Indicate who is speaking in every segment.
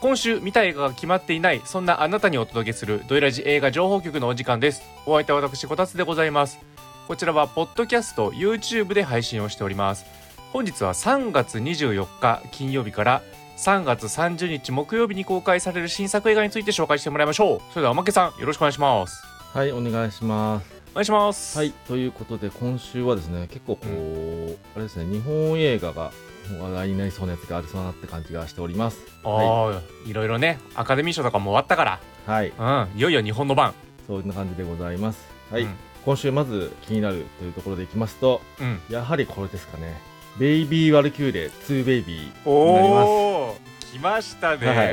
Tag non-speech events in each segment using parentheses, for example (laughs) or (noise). Speaker 1: 今週見たい映画が決まっていないそんなあなたにお届けするドイラジ映画情報局のお時間ですお相手は私こたつでございますこちらはポッドキャスト YouTube で配信をしております本日は3月24日金曜日から3月30日木曜日に公開される新作映画について紹介してもらいましょうそれではおまけさんよろしくお願いします
Speaker 2: はい、お願いします。
Speaker 1: お願いします
Speaker 2: はい、ということで、今週はですね、結構こう、あれですね、日本映画が話題になりそうなやつがありそうだなって感じがしております。
Speaker 1: ああ、い、ろいろねアカデミー賞とかも終わったか
Speaker 2: はい、
Speaker 1: らうんいよいよ日本の番
Speaker 2: そんな感じでございます。はい、
Speaker 1: うん
Speaker 2: 今週まず気になるというところでいきますと、
Speaker 1: うん
Speaker 2: やはりこれですかね。ベイビー・ワルキューレ2ベイビーになります。
Speaker 1: おお来ましたね、、
Speaker 2: は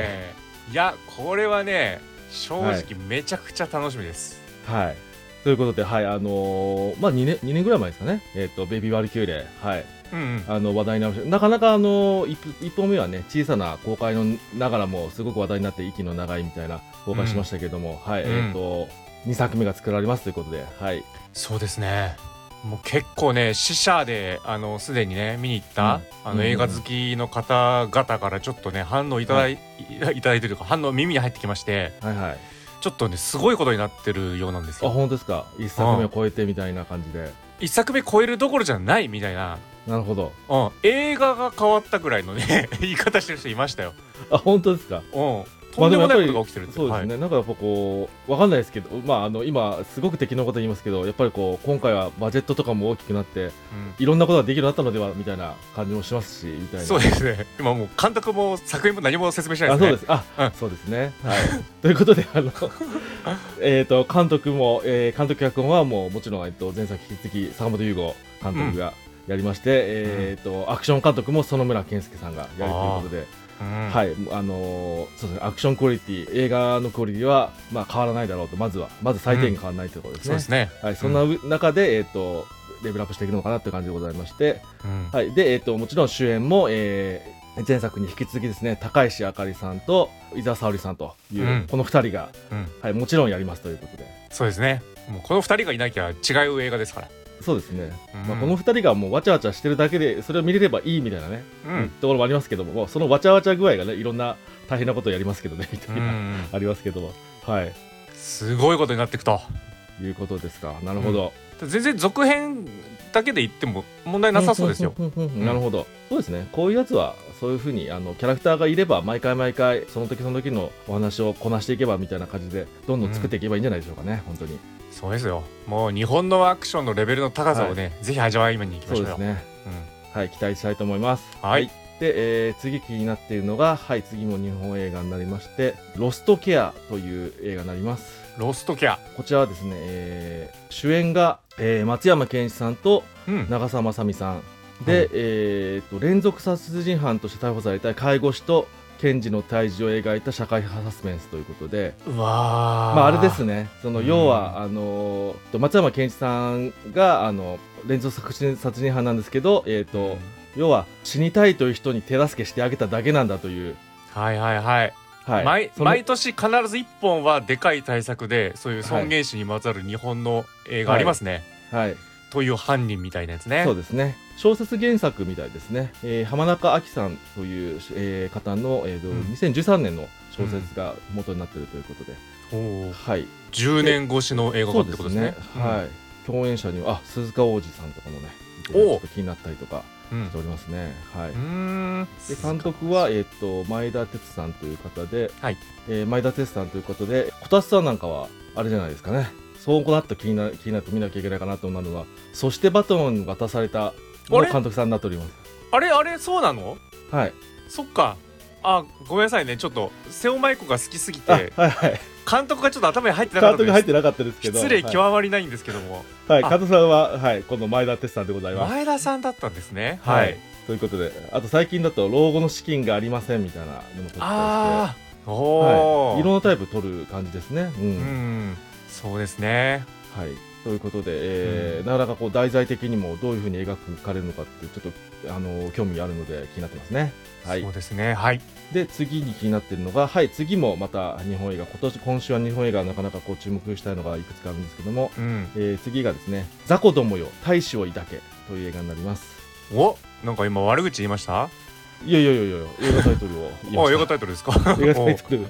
Speaker 2: い
Speaker 1: やこれはね正直めちゃくちゃ楽しみです、
Speaker 2: はい。ということで、はい、あのーまあ2年、2年ぐらい前ですかね、えっ、と、ベイビー・ワルキューレ、はい、
Speaker 1: うんうん
Speaker 2: あの話題になりましたなかなかあの一一本目はね小さな公開のながらもすごく話題になって息の長いみたいな公開しましたけれども、はい、
Speaker 1: うん
Speaker 2: えっ、と2作目が作られますということではい、
Speaker 1: そうですねもう結構ね死者であのすでにね見に行った、あの
Speaker 2: うん
Speaker 1: 映画好きの方々からちょっとね反応いただい,、い、 (laughs) ただいてるというか反応耳に入ってきまして
Speaker 2: はいはい
Speaker 1: ちょっとねすごいことになってるようなんです
Speaker 2: あ
Speaker 1: よ
Speaker 2: 本当ですか1作目を超えてみたいな感じで
Speaker 1: 一作目超えるどころじゃないみたいな、
Speaker 2: なるほど
Speaker 1: うん、映画が変わったぐらいのね (laughs) 言い方してる人いましたよ、
Speaker 2: あ本当ですか
Speaker 1: うん、とんでもないことが起きてるんです
Speaker 2: そ
Speaker 1: よ、
Speaker 2: うですね、なんかやっぱこうわかんないですけどまああの今すごく敵のこと言いますけどやっぱりこう今回はバジェットとかも大きくなって
Speaker 1: はいうん
Speaker 2: いろんなことができるようになったのではみたいな感じもしますしみたいな
Speaker 1: そうですね。今もう監督も作品も何も説明しない
Speaker 2: あ
Speaker 1: ですね。
Speaker 2: そうです。
Speaker 1: う
Speaker 2: あ、
Speaker 1: ん
Speaker 2: そうですね。はい。 (laughs) ということで、あの、 (laughs) えっと、監督も、えー監督脚本はもう、もちろん、えっと、前作引き続き、坂本優吾監督がやりまして、えっと、アクション監督も園村健介さんがやるということで、
Speaker 1: うん
Speaker 2: はい、あのーそうですね、アクションクオリティ、映画のクオリティは、まあ、変わらないだろうと、まずは、まず最低限変わらないということです
Speaker 1: そう
Speaker 2: ね。
Speaker 1: ですね。
Speaker 2: はい、そんなう中で、えっと、レベルアップしていくのかなという感じでございまして、
Speaker 1: うん
Speaker 2: はい、で、えっともちろん主演も、えー前作に引き続きですね高石あかりさんと伊沢沙織さんという、
Speaker 1: うん
Speaker 2: この2人が、
Speaker 1: うん
Speaker 2: はい、もちろんやりますということで
Speaker 1: そうですね。もうこの二人がいなきゃ違う映画ですから。
Speaker 2: そうですね、
Speaker 1: うん
Speaker 2: まあ、この2人がもうわちゃわちゃしてるだけでそれを見れればいいみたいなね、
Speaker 1: うん。
Speaker 2: ところもありますけどももうそのわちゃわちゃ具合がねいろんな大変なことをやりますけどねみた
Speaker 1: う
Speaker 2: いな、
Speaker 1: ん
Speaker 2: ありますけどもはい
Speaker 1: すごいことになっていくと。
Speaker 2: いうことですかなるほど、
Speaker 1: 全然続編だけで言っても問題なさそうですよ。
Speaker 2: んんんんんなるほど、そうですねこういうやつはそういうふうにあのキャラクターがいれば毎回毎回その時その時のお話をこなしていけばみたいな感じでどんどん作っていけばいいんじゃないでしょうかね、本当に
Speaker 1: そうですよ。もう日本のアクションのレベルの高さをね、ぜひ味わいに行きま
Speaker 2: そ
Speaker 1: し
Speaker 2: う
Speaker 1: ょう
Speaker 2: で
Speaker 1: よ。
Speaker 2: すね
Speaker 1: うん
Speaker 2: はい期待したいと思います
Speaker 1: はい
Speaker 2: で、えー次気になっているのがはい次も日本映画になりまして「ロストケア」という映画になります
Speaker 1: ロストケア。
Speaker 2: こちらはですね、えー主演が、えー松山ケンイチさんと
Speaker 1: うん。
Speaker 2: 長澤まさみさんで、
Speaker 1: はい
Speaker 2: えーと連続殺人犯として逮捕された介護士と検事の対峙を描いた社会ハラスメントということで
Speaker 1: うわ
Speaker 2: まあ、あれです
Speaker 1: ね。
Speaker 2: ねその
Speaker 1: うん
Speaker 2: 要はあのと松山ケンイチさんがあの連続殺人殺人犯なんですけど、えーと要は死にたいという人に手助けしてあげただけなんだという。
Speaker 1: はいはいはい。
Speaker 2: はい、
Speaker 1: 毎
Speaker 2: その
Speaker 1: 毎年必ず1本はでかい対策でそういう尊厳死にまつわる日本の映画ありますね、
Speaker 2: はい、
Speaker 1: という犯人みたいなやつね
Speaker 2: そうですね小説原作みたいですね、えー浜中亜紀さんという、えー方の、えーと
Speaker 1: うん
Speaker 2: 2013年の小説が元になっているということで、
Speaker 1: おー
Speaker 2: はい、
Speaker 1: 10年越しの映画化
Speaker 2: そ
Speaker 1: っ
Speaker 2: う
Speaker 1: て
Speaker 2: で
Speaker 1: こ
Speaker 2: す
Speaker 1: とです
Speaker 2: ね
Speaker 1: ね。
Speaker 2: はい。共演者には、あ、鈴鹿央士さんとかもね、ち
Speaker 1: おう
Speaker 2: ょっと気になったりとか
Speaker 1: うん、うん
Speaker 2: しておりますね。はい。
Speaker 1: うーん
Speaker 2: で監督は、えっ、と、前田哲さんという方で、
Speaker 1: はい
Speaker 2: えー前田哲さんということで、こたつさんなんかは、あれじゃないですかね。そうなった気にな気になって見なきゃいけないかなと思うのは、そしてバトン渡された、の
Speaker 1: あれ
Speaker 2: 監督さんになっております。
Speaker 1: あれあれそうなの
Speaker 2: はい。
Speaker 1: そっかあごめんなさいねちょっと瀬尾舞子が好きすぎ
Speaker 2: あ、
Speaker 1: て
Speaker 2: はいはい。
Speaker 1: 監督がちょっと頭に入ってな
Speaker 2: 監
Speaker 1: かった
Speaker 2: 督が入っ
Speaker 1: です
Speaker 2: てなかったですけど。
Speaker 1: 失礼極
Speaker 2: は
Speaker 1: まりないんですけども、
Speaker 2: い。はい。
Speaker 1: あ
Speaker 2: 監督さんは、はい。この前田哲さんでございます。
Speaker 1: 前田さんだったんですねは、
Speaker 2: はいい。ということで、あと最近だと老後の資金がありませんみたいなのも取ってた
Speaker 1: ああ
Speaker 2: りして、
Speaker 1: おお、
Speaker 2: はい、いろんなタイプ取る感じですね。うん
Speaker 1: うんそうですね
Speaker 2: はい、ということで、えー
Speaker 1: うん
Speaker 2: なかなかこう題材的にもどういうふうに描かれるのかってちょっとあの興味あるので気になってますね。はい
Speaker 1: そう、ですねはい
Speaker 2: で次に気になってるのが、はい、次もまた日本映画今年今週は日本映画なかなかこう注目したいのがいくつかあるんですけども、
Speaker 1: うん
Speaker 2: えー次がですね「雑魚どもよ大使を抱け」という映画になります。
Speaker 1: おなんか今悪口言いました
Speaker 2: いやいやいやいや映画タイトルを言い (laughs) ま
Speaker 1: あ
Speaker 2: し
Speaker 1: 映
Speaker 2: た
Speaker 1: 画タイトルですか
Speaker 2: 映画タイトル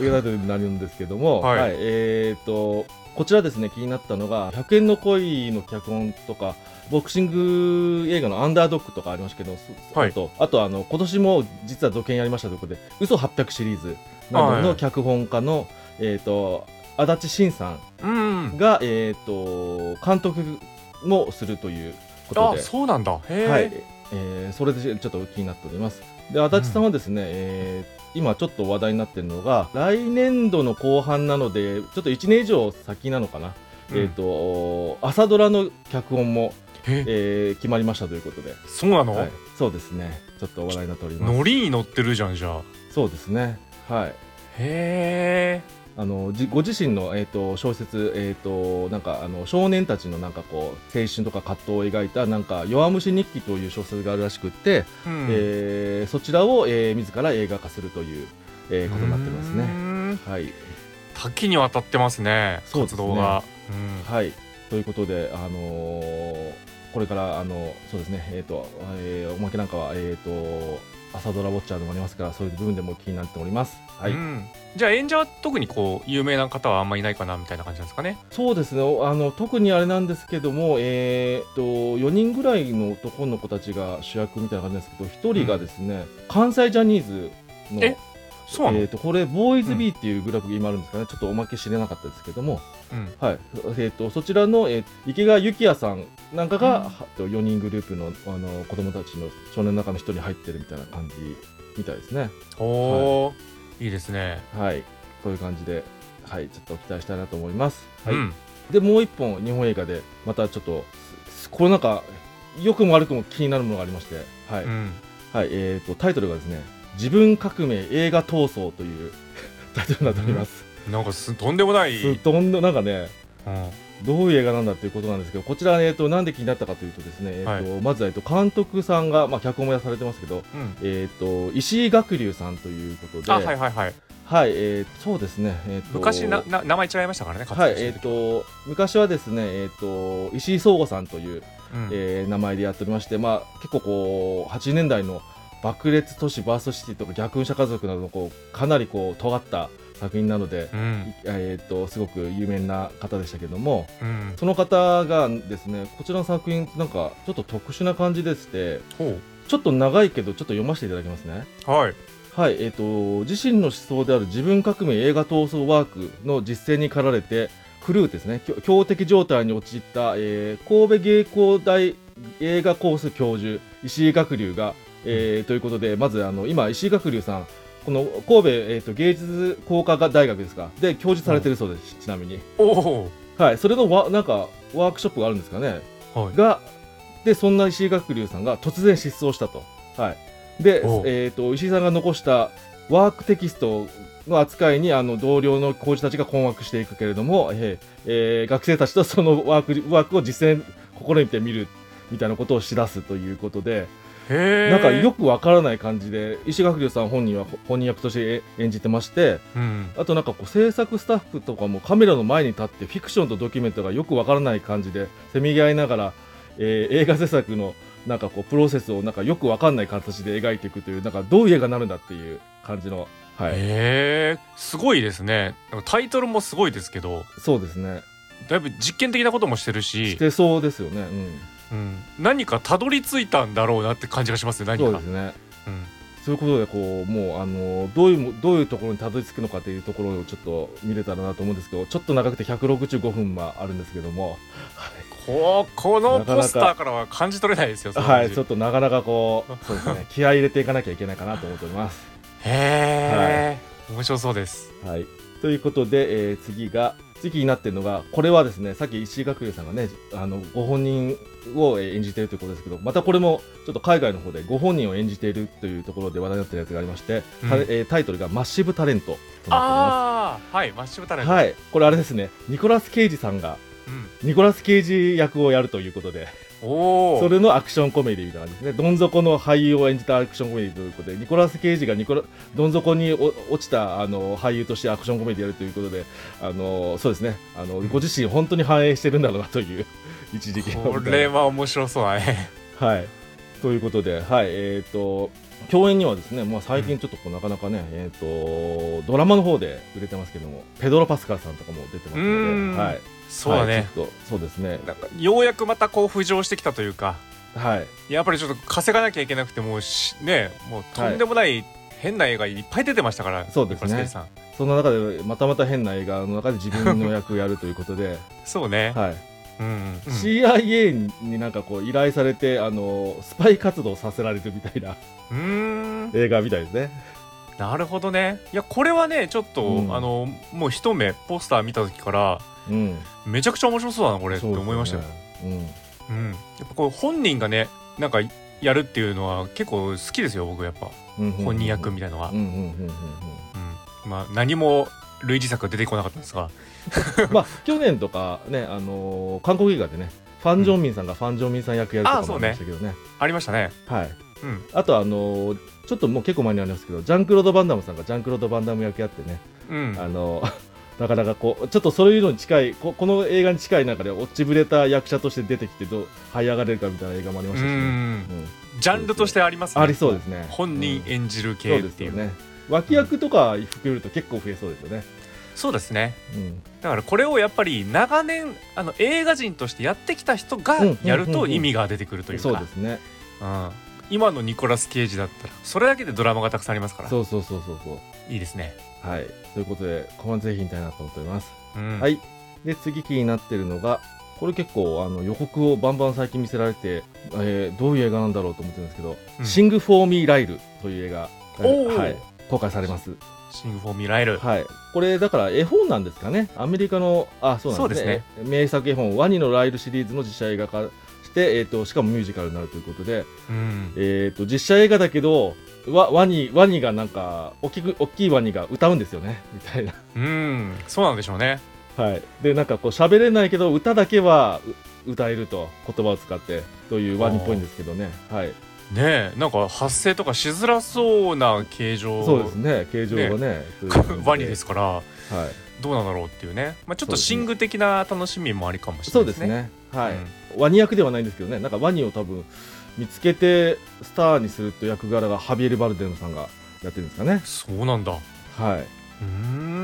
Speaker 2: 映画タイトルになるんですけども、
Speaker 1: は
Speaker 2: はいいえー、とこちらですね気になったのが「100円の恋」の脚本とかボクシング映画の「アンダードッグ」とかありますけど、そ
Speaker 1: はい
Speaker 2: あとあとあの今年も実は続編やりましたということで「嘘800」シリーズなど
Speaker 1: はい
Speaker 2: の脚本家の、えー、と足立慎さ
Speaker 1: うん
Speaker 2: んが、えー、と監督もするということ
Speaker 1: あ
Speaker 2: で。
Speaker 1: そうなんだへえ、
Speaker 2: はい、えーそれでちょっと気になっております。で、足立さんはですね、えー今ちょっと話題になってるのが、来年度の後半なので、ちょっと1年以上先なのかな、
Speaker 1: うん
Speaker 2: えっ、と、朝ドラの脚本も、
Speaker 1: え
Speaker 2: えー決まりましたということで、
Speaker 1: そうなの、
Speaker 2: はい、そうですね、ちょっと話題になっております。
Speaker 1: ノリに乗ってるじゃんじゃあ
Speaker 2: そうですね、はい。
Speaker 1: へえ
Speaker 2: あのじご自身の、えー、と小説、えーとなんかあの少年たちのなんかこう青春とか葛藤を描いた「なんか弱虫日記」という小説があるらしくって、
Speaker 1: うん
Speaker 2: えーそちらを、えー自ら映画化するという、えーことになってます
Speaker 1: う
Speaker 2: ね。
Speaker 1: ーん
Speaker 2: はい、
Speaker 1: 多岐にわたってますね
Speaker 2: そうです
Speaker 1: 活
Speaker 2: ね
Speaker 1: 動が、うん
Speaker 2: はい、ということで、あのーこれから、あのそうですね、えーとえーおまけなんかは、えー、と朝ドラウォッチャーでもありますからそういう部分でも気になっております。はい
Speaker 1: うんじゃあ演者は特にこう有名な方はあんまりいないかなみたいな感じなんですかね。
Speaker 2: そうですねあの特にあれなんですけども、えー、と4人ぐらいの男の子たちが主役みたいな感じなんですけど1人がですね、関西ジャニーズの
Speaker 1: えそうなの、
Speaker 2: えー、とこれ、ボーイズ B っていうグラフが今あるんですかね、ちょっとおまけ知れなかったですけども、
Speaker 1: うん
Speaker 2: はいえー、とそちらの、えー池川幸也さんなんか
Speaker 1: うん
Speaker 2: が、はと4人グループのあの子供たちの少年の中の一人に入ってるみたいな感じみたいですね。
Speaker 1: おお、い、いですね。
Speaker 2: はい、そういう感じで、はい、ちょっと期待したいなと思います。はい
Speaker 1: うん、
Speaker 2: でもう一本、日本映画でまたちょっと、すこれなんか、良くも悪くも気になるものがありまして、はい
Speaker 1: うん、
Speaker 2: はいえー、とタイトルがですね、自分革命映画闘争という (laughs) タイトルになっております。
Speaker 1: なんかすとんでもない、う
Speaker 2: す
Speaker 1: ん、
Speaker 2: どんどんなんかねどういう映画なんだっていうことなんですけどこちら、えー、となんで気になったかというとですね、えーとまず、えー、と監督さんが、まあ、脚本もやされてますけど、
Speaker 1: うん
Speaker 2: えー、と石井学龍さんということで
Speaker 1: あはい
Speaker 2: は
Speaker 1: はいいはい。
Speaker 2: えーそうですね、えーと
Speaker 1: 昔なな名前違いましたからね。活動
Speaker 2: はい
Speaker 1: して
Speaker 2: え
Speaker 1: る
Speaker 2: ー、
Speaker 1: 時
Speaker 2: と昔はですね、えー、と石井壮吾さんという、
Speaker 1: うん
Speaker 2: えー名前でやっておりまして、まあ、結構こう80年代の爆裂都市バーストシティとか逆運者家族などのこうかなりこう尖った作品なので、
Speaker 1: うん
Speaker 2: えー、とすごく有名な方でしたけども、
Speaker 1: うん、
Speaker 2: その方がですね、こちらの作品、なんかちょっと特殊な感じでして、
Speaker 1: ほ
Speaker 2: ちょっと長いけど、ちょっと読ませていただきますね。
Speaker 1: うはい。
Speaker 2: はい、えっ、と、自身の思想である自分革命映画闘争ワークの実践に駆られて、クルーですね、強強敵状態に陥った、えー神戸芸工大映画コース教授、石井学龍が、えーということで、まずあの今、石井学龍さん、この神戸、えー、と芸術工科大学ですか、で教授されてるそうです、ちなみに。
Speaker 1: おお
Speaker 2: はい、それのわなんかワークショップがあるんですかね、
Speaker 1: ー、はい。
Speaker 2: がでそんな石井学龍さんが突然失踪したと、はい、で
Speaker 1: おう、
Speaker 2: えー、と石井さんが残したワークテキストの扱いにあの同僚の講師たちが困惑していくけれども、えーえー学生たちとそのワークワークを実践試みてみるみたいなことをしだすということで、
Speaker 1: へえ。
Speaker 2: なんかよくわからない感じで石井学龍さん本人は本人役として演じてまして、
Speaker 1: うん、
Speaker 2: あとなんかこう制作スタッフとかもカメラの前に立ってフィクションとドキュメントがよくわからない感じでせめぎ合いながら、えー映画制作のなんかこうプロセスをなんかよくわかんない形で描いていくというなんかどういう映画になるんだっていう感じの、はい、
Speaker 1: へえ、すごいですね。なんかタイトルもすごいですけど、
Speaker 2: そうですね
Speaker 1: だいぶ実験的なこともしてるし
Speaker 2: し、てそうですよね、うん、
Speaker 1: うん、何かたどり着いたんだろうなって感じがしますね。何か。
Speaker 2: そうですね
Speaker 1: うん
Speaker 2: そういうことでこうもうあのどういうもどういうところにたどり着くのかというところをちょっと見れたらなと思うんですけどちょっと長くて165分もあるんですけども、
Speaker 1: ここの
Speaker 2: なかなか
Speaker 1: ポスターからは感じ取れないですよ。その
Speaker 2: は
Speaker 1: 感
Speaker 2: い、
Speaker 1: じ
Speaker 2: ちょっとなかなかこう (laughs) そうですね気合い入れていかなきゃいけないかなと思っております。
Speaker 1: へえ、面白そうです。
Speaker 2: (laughs) はい、ということで、えー次が次になってるのがこれはですねさっき石井学龍さんがねあのご本人をえー演じているということですけどまたこれもちょっと海外の方でご本人を演じているというところで話題になってるやつがありまして、
Speaker 1: うん
Speaker 2: タレえータイトルが「マッシブタレント」となって
Speaker 1: ああ、はい、マッシュブタ
Speaker 2: お
Speaker 1: レ
Speaker 2: り
Speaker 1: ン
Speaker 2: ま
Speaker 1: ト。
Speaker 2: す。はい、これあれですねニコラス・ケイジさんが
Speaker 1: うん、
Speaker 2: ニコラス・ケイジ役をやるということで
Speaker 1: おお。
Speaker 2: それのアクションコメディみたいな感じですね。どん底の俳優を演じたアクションコメディということで、ニコラス・ケイジがニコラどん底にお落ちたあの俳優としてアクションコメディやるということで、あのそうですねあの、ご自身本当に反映してるんだろうなという一時期の
Speaker 1: これは面白そうだね。
Speaker 2: はい。ということで、はい、えっ、と、共演にはですね、まあ、最近ちょっとこうなかなかね、えー、とドラマの方で売れてますけどもペドロ・パスカルさんとかも出てます
Speaker 1: う
Speaker 2: の
Speaker 1: ん
Speaker 2: で、はい、
Speaker 1: そうだ
Speaker 2: はい
Speaker 1: ね、
Speaker 2: ちょっとそうですね
Speaker 1: なんかようやくまたこう浮上してきたというか
Speaker 2: はい
Speaker 1: やっぱりちょっと稼がなきゃいけなくてもうしねもうとんでもない変な映画いっぱい出てましたから、
Speaker 2: そうですね
Speaker 1: ニコラスケイジさん
Speaker 2: そんな中でまたまた変な映画の中で自分の役をやるということで、
Speaker 1: そうね、
Speaker 2: (laughs) はい、
Speaker 1: うん、うん
Speaker 2: CIA になんかこう依頼されてあのスパイ活動させられるみたいな
Speaker 1: うーん
Speaker 2: (laughs) 映画みたいですね。
Speaker 1: なるほどねいやこれはねちょっと、
Speaker 2: うん
Speaker 1: あのもう一目ポスター見た時から
Speaker 2: うん、
Speaker 1: めちゃくちゃ面白そうだなこれって思いましたよ、
Speaker 2: そうですね。
Speaker 1: うん、やっぱこう本人がねなんかやるっていうのは結構好きですよ僕やっぱ
Speaker 2: うんうんうんうん
Speaker 1: 本人役みたいのは、う
Speaker 2: うんんうんうんうんうん
Speaker 1: まあ、何も類似作は出てこなかったんですが
Speaker 2: まあ去年とかねあのー韓国映画でねファンジョンミンさんがファンジョンミンさん役やると
Speaker 1: あ
Speaker 2: か
Speaker 1: そ
Speaker 2: も
Speaker 1: うね
Speaker 2: ありましたけどね。
Speaker 1: ありましたね
Speaker 2: はい。
Speaker 1: うん
Speaker 2: あとあのーちょっともう結構前にありますけどジャンクロードバンダムさんがジャンクロードバンダム役やってね
Speaker 1: うん
Speaker 2: あの (laughs) なかなかこうちょっとそういうのに近いここの映画に近い中で落ちぶれた役者として出てきてどう這い上がれるかみたいな映画もありま
Speaker 1: う
Speaker 2: したし、ね
Speaker 1: ん
Speaker 2: うん
Speaker 1: ジャンルとしてありますね
Speaker 2: ありそうですね
Speaker 1: 本人演じる
Speaker 2: うん
Speaker 1: 系
Speaker 2: そ
Speaker 1: っ
Speaker 2: うです
Speaker 1: てい
Speaker 2: よ
Speaker 1: う,、
Speaker 2: ね脇役とか含めると結構増えそうですよね、
Speaker 1: そうですね
Speaker 2: うん、
Speaker 1: だからこれをやっぱり長年あの映画人としてやってきた人が
Speaker 2: うん
Speaker 1: やる
Speaker 2: うんうん
Speaker 1: と
Speaker 2: うん
Speaker 1: 意味が出てくるというか、
Speaker 2: そうですね
Speaker 1: うん今のニコラス・ケイジだったらそれだけでドラマがたくさんありますから
Speaker 2: そうそうそうそうそう
Speaker 1: いいですね、
Speaker 2: はいということでこのぜひ見たいなと思っております、
Speaker 1: うん
Speaker 2: はいで次気になってるのがこれ結構あの予告をバンバン最近見せられて、えーどういう映画なんだろうと思ってるんですけど「
Speaker 1: うん
Speaker 2: シング・フォー・ミー・ライル」という映画が、
Speaker 1: おー
Speaker 2: はい、公開されます
Speaker 1: シング・フォー・ミライル、
Speaker 2: はい、これだから絵本なんですかねアメリカのあそうなんですね名作絵本「ワニのライル」シリーズの実写映画化して、えー、としかもミュージカルになるということで、
Speaker 1: うん
Speaker 2: えー、と実写映画だけどワワニワニがなんか大きく大きいワニが歌うんですよねみたいな、
Speaker 1: うん、そうなんでしょうね。
Speaker 2: はい、でなんかこう喋れないけど歌だけはう歌えると言葉を使ってというワニっぽいんですけどね、はい、
Speaker 1: ねえ、なんか発声とかしづらそうな形状
Speaker 2: そうですね形状がねという感じ
Speaker 1: (laughs) ワニですから、
Speaker 2: はい、
Speaker 1: どうなんだろうっていうね。まあちょっ
Speaker 2: そう
Speaker 1: と
Speaker 2: ですね
Speaker 1: シング的な楽しみもありかもし
Speaker 2: そ
Speaker 1: れ
Speaker 2: う
Speaker 1: ないで
Speaker 2: で
Speaker 1: すすね。
Speaker 2: ね。はい、
Speaker 1: うん
Speaker 2: ワニ役ではないんですけどね、なんかワニを多分見つけてスターにすると役柄がハビエル・バルデムさんがやってるんですかね。
Speaker 1: そうなんだ。う
Speaker 2: はい、
Speaker 1: ー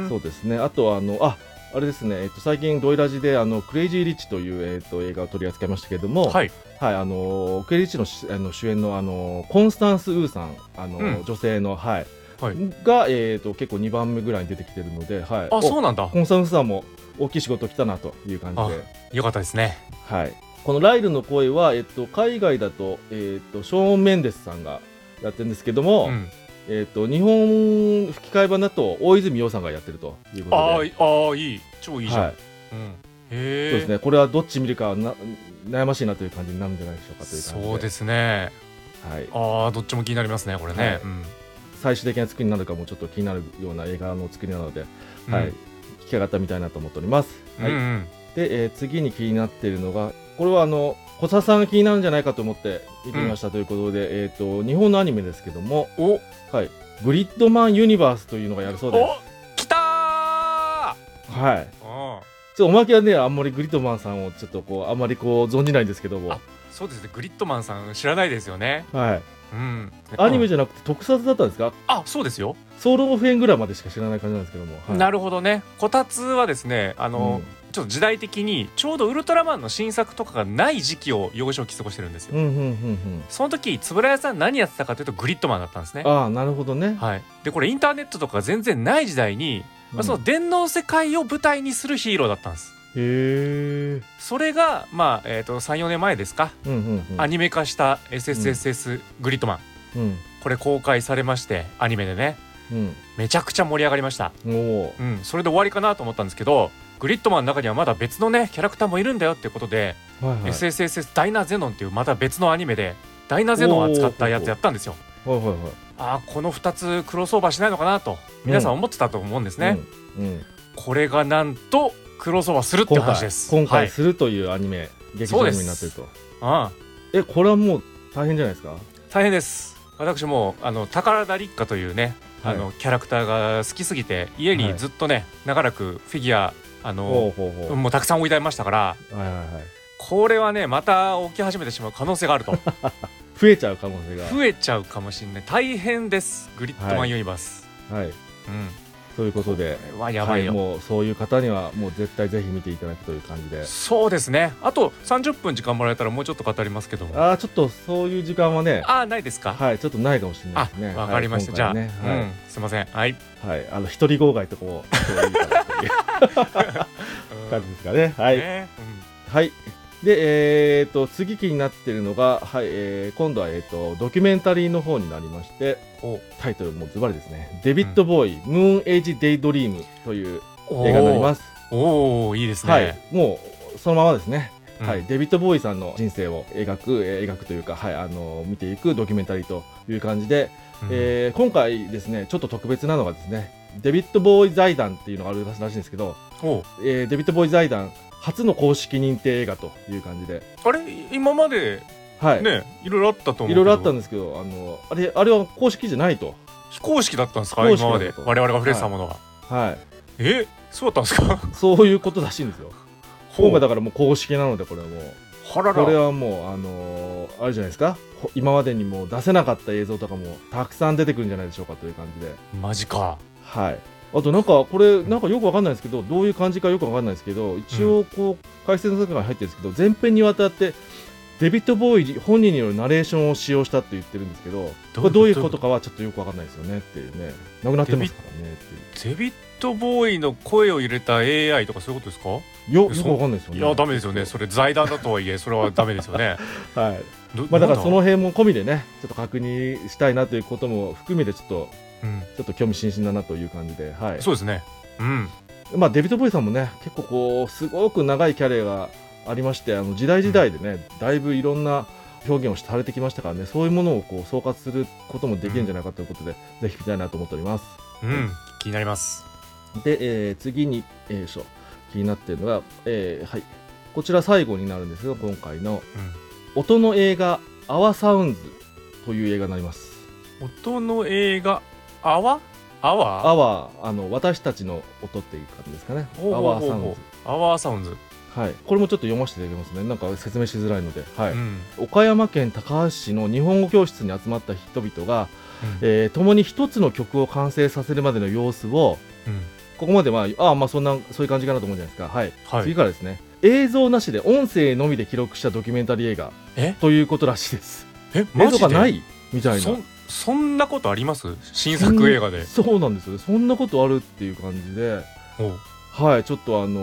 Speaker 1: ん。
Speaker 2: そうですね。あとはあのああれですね、えっと最近ドイラジであのクレイジー・リッチというえっと映画を取り扱いましたけれども、、
Speaker 1: はいい。
Speaker 2: あのクレイジー・リッチのしあの主演のあのコンスタンス・ウーさん、あの、
Speaker 1: うん
Speaker 2: 女性のはい、
Speaker 1: はい
Speaker 2: がえっと結構2番目ぐらいに出てきてるので、はい。
Speaker 1: あ、そう
Speaker 2: う。
Speaker 1: なんだ
Speaker 2: コ。ンスタンスさんも大きい仕事来たなという感じで。
Speaker 1: よかったですね。
Speaker 2: はい、このライルの声は、えっと、海外だと,、えっとショーン・メンデスさんがやってるんですけども、
Speaker 1: うん。
Speaker 2: えっと、日本吹き替え版だと大泉洋さんがやってるということで
Speaker 1: あーいあー、いい。超いいじゃん。
Speaker 2: はい
Speaker 1: うん。
Speaker 2: そ
Speaker 1: へ
Speaker 2: う
Speaker 1: え。
Speaker 2: ですね、これはどっち見るかな悩ましいなという感じになるんじゃないでしょうかという感じで
Speaker 1: そうですね。
Speaker 2: はい、
Speaker 1: ああ、どっちも気になりますね。これね。
Speaker 2: はい
Speaker 1: うん。
Speaker 2: 最終的な作りになるかもちょっと気になるような映画の作りなので、はい、聞き上がったみたいなと思っております。
Speaker 1: うん。
Speaker 2: はい
Speaker 1: うん
Speaker 2: で、えー次に気になっているのがこれはあの小沢さんが気になるんじゃないかと思って見てみましたということで、えっと日本のアニメですけども
Speaker 1: うん。お、
Speaker 2: はい、グリッドマンユニバースというのがやるそうで
Speaker 1: お、来たー。
Speaker 2: す。はい、
Speaker 1: うん。
Speaker 2: ちょっとおまけはね、あんまりグリッドマンさんをちょっとこう、あんまりこう存じないんですけども
Speaker 1: あ。そうですね。グリッドマンさん知らないですよね。
Speaker 2: はい、
Speaker 1: うん。
Speaker 2: アニメ
Speaker 1: うん
Speaker 2: じゃなくて特撮だったんですか、
Speaker 1: あ、そうですよ。
Speaker 2: ソウルオフェンぐらいまでしか知らない感じなんですけども。はい、
Speaker 1: な
Speaker 2: る
Speaker 1: るほどね。こたつはですね、あの、
Speaker 2: う
Speaker 1: ちょっと時代的にちょうどウルトラマンの新作とかがない時期を幼少期過ごしてるんですよ。
Speaker 2: んうんうんうん
Speaker 1: その時、円谷さん何やってたかというとグリッドマンだったんですね
Speaker 2: うん。。ああ、なるほどね。
Speaker 1: はい。で、これインターネットとか全然ない時代に、まあ、その電脳世界を舞台にするヒーローだったんです。
Speaker 2: うんへえ。
Speaker 1: それが、まあ、えっ、と、3、4年前ですか、
Speaker 2: うんうんうん。
Speaker 1: アニメ化した SSSS グリッドマン。
Speaker 2: うん
Speaker 1: これ公開されまして、アニメでね、めちゃくちゃ盛り上がりました。
Speaker 2: うん。おお。
Speaker 1: うん、それで終わりかなと思ったんですけどグリッドマンの中にはまだ別のねキャラクターもいるんだよっていうことで、
Speaker 2: はいはい。
Speaker 1: SSSS ダイナゼノンっていうまた別のアニメでダイナゼノンを扱ったやつやったんですよ。
Speaker 2: はいはいはい。
Speaker 1: あーこの2つクロスオーバーしないのかなと皆さん思ってたと思うんですね、
Speaker 2: うん。うん。
Speaker 1: これがなんとクロスオーバーするっていう
Speaker 2: 今
Speaker 1: 話
Speaker 2: 回
Speaker 1: で、す
Speaker 2: 今回するというアニメ、劇場アニメになってると。
Speaker 1: はいうん
Speaker 2: え、これはもう大変じゃないですか。
Speaker 1: 大変です私もあの宝田立花というね、あのキャラクターが好きすぎて家にずっとね、長らくフィギュアあ
Speaker 2: ほう
Speaker 1: の
Speaker 2: ほうほう。
Speaker 1: もうたくさん置いてありましたから
Speaker 2: はいはいはい。 (laughs)
Speaker 1: これはねまた起き始めてしまう可能性があると
Speaker 2: 増えちゃう可能性が、
Speaker 1: 増えちゃうかもしれない大変ですグリッドマンユニバース、
Speaker 2: はい、
Speaker 1: うん
Speaker 2: ということで
Speaker 1: これはやばいよ、
Speaker 2: はい、もうそういう方にはもう絶対ぜひ見ていただくという感じで
Speaker 1: そうですねあと30分時間もらえたらもうちょっと語りますけどもあ
Speaker 2: ああちょっとそういう時間はね
Speaker 1: あーないですか、
Speaker 2: はいちょっとないかもしれない
Speaker 1: あ
Speaker 2: ですね、
Speaker 1: わかりました、
Speaker 2: はい
Speaker 1: じゃあ、
Speaker 2: 今回
Speaker 1: うん
Speaker 2: ね、
Speaker 1: すいませんはい、
Speaker 2: はい、はい、あの一人号外とかもそういう
Speaker 1: うん
Speaker 2: 感じですかねはい
Speaker 1: ね
Speaker 2: はい。で、えー、と、次気になってるのが、はい、えー今度は、えー、と、ドキュメンタリーの方になりまして、
Speaker 1: うんお
Speaker 2: タイトルもズバリですね。デビッド・ボーイ、ムーン・エイジ・デイ・ドリームという映画になります。
Speaker 1: おーいいですね、
Speaker 2: はい。もう、そのままですね。
Speaker 1: うん
Speaker 2: はい。デビッド・ボーイさんの人生を描く、えー描くというか、はい、あのー見ていくドキュメンタリーという感じで、
Speaker 1: うん
Speaker 2: えー今回ですね、ちょっと特別なのがですね、デビッド・ボーイ財団っていうのがあるらしいんですけど、
Speaker 1: おう
Speaker 2: えーデビッド・ボーイ財団初の公式認定映画という感じで、
Speaker 1: あれ今まで
Speaker 2: はい。
Speaker 1: ねいろいろあったと思うけど
Speaker 2: いろいろあったんですけど、あの、あれ、あれは公式じゃないと。
Speaker 1: 非公式だったんですか
Speaker 2: 非公式
Speaker 1: 今ま
Speaker 2: だ
Speaker 1: で
Speaker 2: ったと
Speaker 1: 我々が触れてたものは、
Speaker 2: はい。
Speaker 1: えそうだったん
Speaker 2: (laughs)
Speaker 1: ですか
Speaker 2: そういうことらしいんですよ。
Speaker 1: ほ
Speaker 2: 今
Speaker 1: う
Speaker 2: 回だからもう公式なので、これはもう。
Speaker 1: はらら
Speaker 2: これはもう、あのーあれじゃないですか。ほ今までにもう出せなかった映像とかもたくさん出てくるんじゃないでしょうかという感じで。
Speaker 1: マジか
Speaker 2: はい。あとなんか、これ、なんかよくわかんないですけど、どういう感じかよくわかんないですけど、一応こう、解説の中に入ってるんですけど、前編にわたって、デビッド・ボーイ本人によるナレーションを使用したって言ってるんですけど、これどういうことかはちょっとよくわかんないですよねっていうね。なくなってますからねっていう。
Speaker 1: デビッド・ボーイの声を入れた AI とかそういうことですか
Speaker 2: よ、よ
Speaker 1: そ
Speaker 2: くわかんないですよね。
Speaker 1: いやダメですよねそれ財団だとはいえそれはダメですよ
Speaker 2: (laughs)
Speaker 1: ね
Speaker 2: はい。
Speaker 1: ど
Speaker 2: まあだからそ
Speaker 1: なん
Speaker 2: の辺も込みでね、ちょっと確認したいなということも含めて、ちょっと、
Speaker 1: うん
Speaker 2: ちょっと興味津々だなという感じで、はい。
Speaker 1: そうですねうん
Speaker 2: まあデビッド・ボーイさんもね、結構こう、すごく長いキャリアがありまして、あの時代時代でね、だいぶいろんな表現をされてきましたからね、そういうものをこう総括することもできるんじゃないかということで、ぜひ聞きたいなと思っております。
Speaker 1: うん気になります
Speaker 2: で、えー次に、えーよいしょ気になってるのが、えーはい。こちら最後になるんですけど、今回の、音の映画「アワサウンズ」という映画になります
Speaker 1: うん音の映画「あわ」「あ
Speaker 2: 「
Speaker 1: わ」
Speaker 2: アワー」あの私たちの音っていう感じですかね「ア
Speaker 1: ほうほう
Speaker 2: ワ
Speaker 1: ほ
Speaker 2: ー
Speaker 1: う
Speaker 2: サウ
Speaker 1: ほ
Speaker 2: ン
Speaker 1: うアワーサウンズ、
Speaker 2: ズ」はいこれもちょっと読ませていただきますねなんか説明しづらいので、はい
Speaker 1: うん
Speaker 2: 岡山県高橋市の日本語教室に集まった人々が、えー共に一つの曲を完成させるまでの様子を
Speaker 1: うん
Speaker 2: ここまではああまあそんなそういう感じかなと思うじゃないですかはい、
Speaker 1: はい
Speaker 2: 次からですね映像なしで音声のみで記録したドキュメンタリー映画
Speaker 1: え
Speaker 2: ということらしいです
Speaker 1: え
Speaker 2: 映
Speaker 1: マ
Speaker 2: 像
Speaker 1: ジで
Speaker 2: がないみたいな
Speaker 1: そんそんなことあります新作映画で
Speaker 2: そうなんですよねそんなことあるっていう感じで
Speaker 1: おう
Speaker 2: はいちょっとあの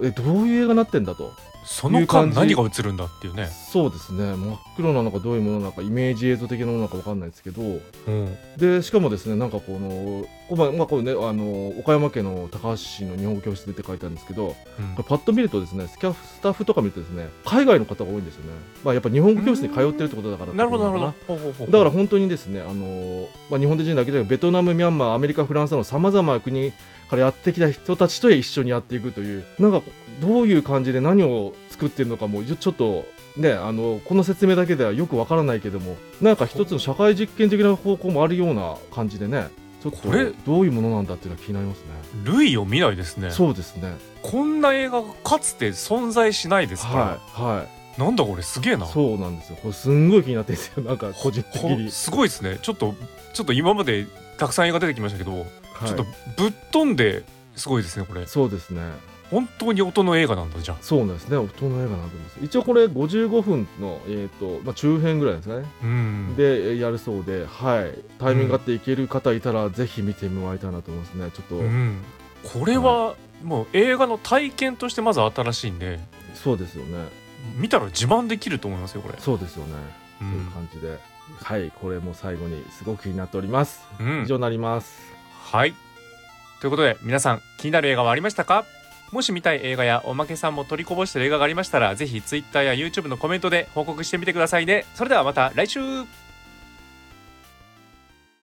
Speaker 2: ーえどういう映画になってんだと
Speaker 1: その間
Speaker 2: いう感
Speaker 1: 何
Speaker 2: じ
Speaker 1: が映るんだっていうね
Speaker 2: そうですね真っ黒なのかどういうものなのかイメージ映像的なものなのかわかんないですけど
Speaker 1: うん
Speaker 2: でしかもですねなんかこのこままあ、これね、あの岡山県の高橋市の日本語教室でって書いてあるんですけどこ
Speaker 1: うん
Speaker 2: れパッと見るとですねスキャフスタッフとか見るとですね海外の方が多いんですよね、まあ、やっぱ日本語教室に通ってるってことだから
Speaker 1: なるほどなる
Speaker 2: って
Speaker 1: ほどほ
Speaker 2: いうのか
Speaker 1: うほうほう
Speaker 2: だから本当にですね、あのーまあ、日本人だけではなくベトナム、ミャンマー、アメリカ、フランスなどさまざまな国からやってきた人たちと一緒にやっていくという、なんかどういう感じで何を作ってるのかも、ちょちょっと、ね、あのこの説明だけではよくわからないけども、なんか一つの社会実験的な方向もあるような感じでね、ちょっと
Speaker 1: これ
Speaker 2: どういうものなんだっていうのは気になりますね。
Speaker 1: 類を見ないですね
Speaker 2: そうですね。
Speaker 1: こんな映画がかつて存在しないですから、
Speaker 2: はい。はい。
Speaker 1: なんだこれすげえな
Speaker 2: そうなんですよ。これすんごい気になってるんですよ。なんか個人的
Speaker 1: ほ
Speaker 2: に。
Speaker 1: すごいですねちょっとちょっと今までたくさん映画出てきましたけど、
Speaker 2: はい
Speaker 1: ちょっとぶっ飛んですごいですねこれ
Speaker 2: そうですね。
Speaker 1: 本当に音の映画なんだじゃあ
Speaker 2: そうなんですね、大人の映画なんです。一応これ55分の、えーとまあ、中編ぐらいですかね、
Speaker 1: うん
Speaker 2: でえーやるそうで、はい、タイミングがあっていける方いたら、ぜひ見てもらいたいなと思いますね、ちょっと、
Speaker 1: うんこれはもう映画の体験としてまず新しいんで
Speaker 2: そうですよね、
Speaker 1: 見たら自慢できると思いますよこれ
Speaker 2: そうですよね、
Speaker 1: う、
Speaker 2: というん感じで、はい、これも最後にすごく気になっております。
Speaker 1: うん
Speaker 2: 以上になります。
Speaker 1: はい。ということで皆さん気になる映画はありましたかもし見たい映画やおまけさんも取りこぼしてる映画がありましたらぜひ Twitter や YouTube のコメントで報告してみてくださいね。それではまた来週